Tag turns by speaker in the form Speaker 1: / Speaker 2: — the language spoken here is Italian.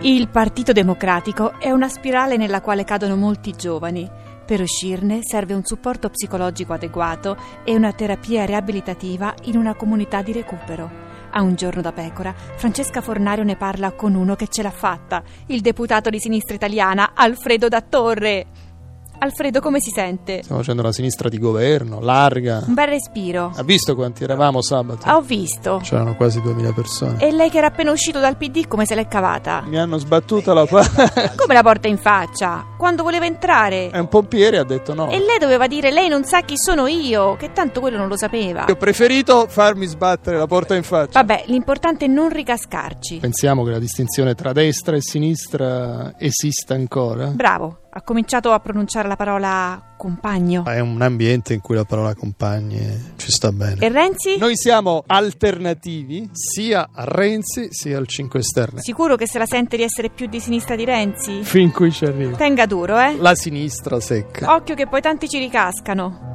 Speaker 1: Il Partito Democratico è una spirale nella quale cadono molti giovani. Per uscirne serve un supporto psicologico adeguato e una terapia riabilitativa in una comunità di recupero. A un giorno da pecora, Francesca Fornario ne parla con uno che ce l'ha fatta, il deputato di sinistra italiana Alfredo da Torre. Alfredo, come si sente?
Speaker 2: Stiamo facendo una sinistra di governo, larga.
Speaker 1: Un bel respiro.
Speaker 2: Ha visto quanti eravamo sabato?
Speaker 1: Ah, Ho visto.
Speaker 2: C'erano quasi 2000 persone.
Speaker 1: E lei che era appena uscito dal PD come se l'è cavata?
Speaker 2: Mi hanno sbattuto la palla.
Speaker 1: Come la porta in faccia? Quando voleva entrare?
Speaker 2: E un pompiere ha detto no.
Speaker 1: E lei doveva dire lei non sa chi sono io, che tanto quello non lo sapeva.
Speaker 2: Ho preferito farmi sbattere la porta in faccia.
Speaker 1: Vabbè, l'importante è non ricascarci.
Speaker 2: Pensiamo che la distinzione tra destra e sinistra esista ancora?
Speaker 1: Bravo, ha cominciato a pronunciare la parola compagno.
Speaker 3: È un ambiente in cui la parola compagne ci sta
Speaker 2: Eh.
Speaker 3: bene.
Speaker 1: E Renzi?
Speaker 2: Noi siamo alternativi?
Speaker 3: Sia a Renzi sia al 5 Stelle.
Speaker 1: Sicuro che se la sente di essere più di sinistra di Renzi?
Speaker 2: Fin qui ci arriva.
Speaker 1: Tenga duro, eh?
Speaker 3: La sinistra secca.
Speaker 1: Occhio che poi tanti ci ricascano.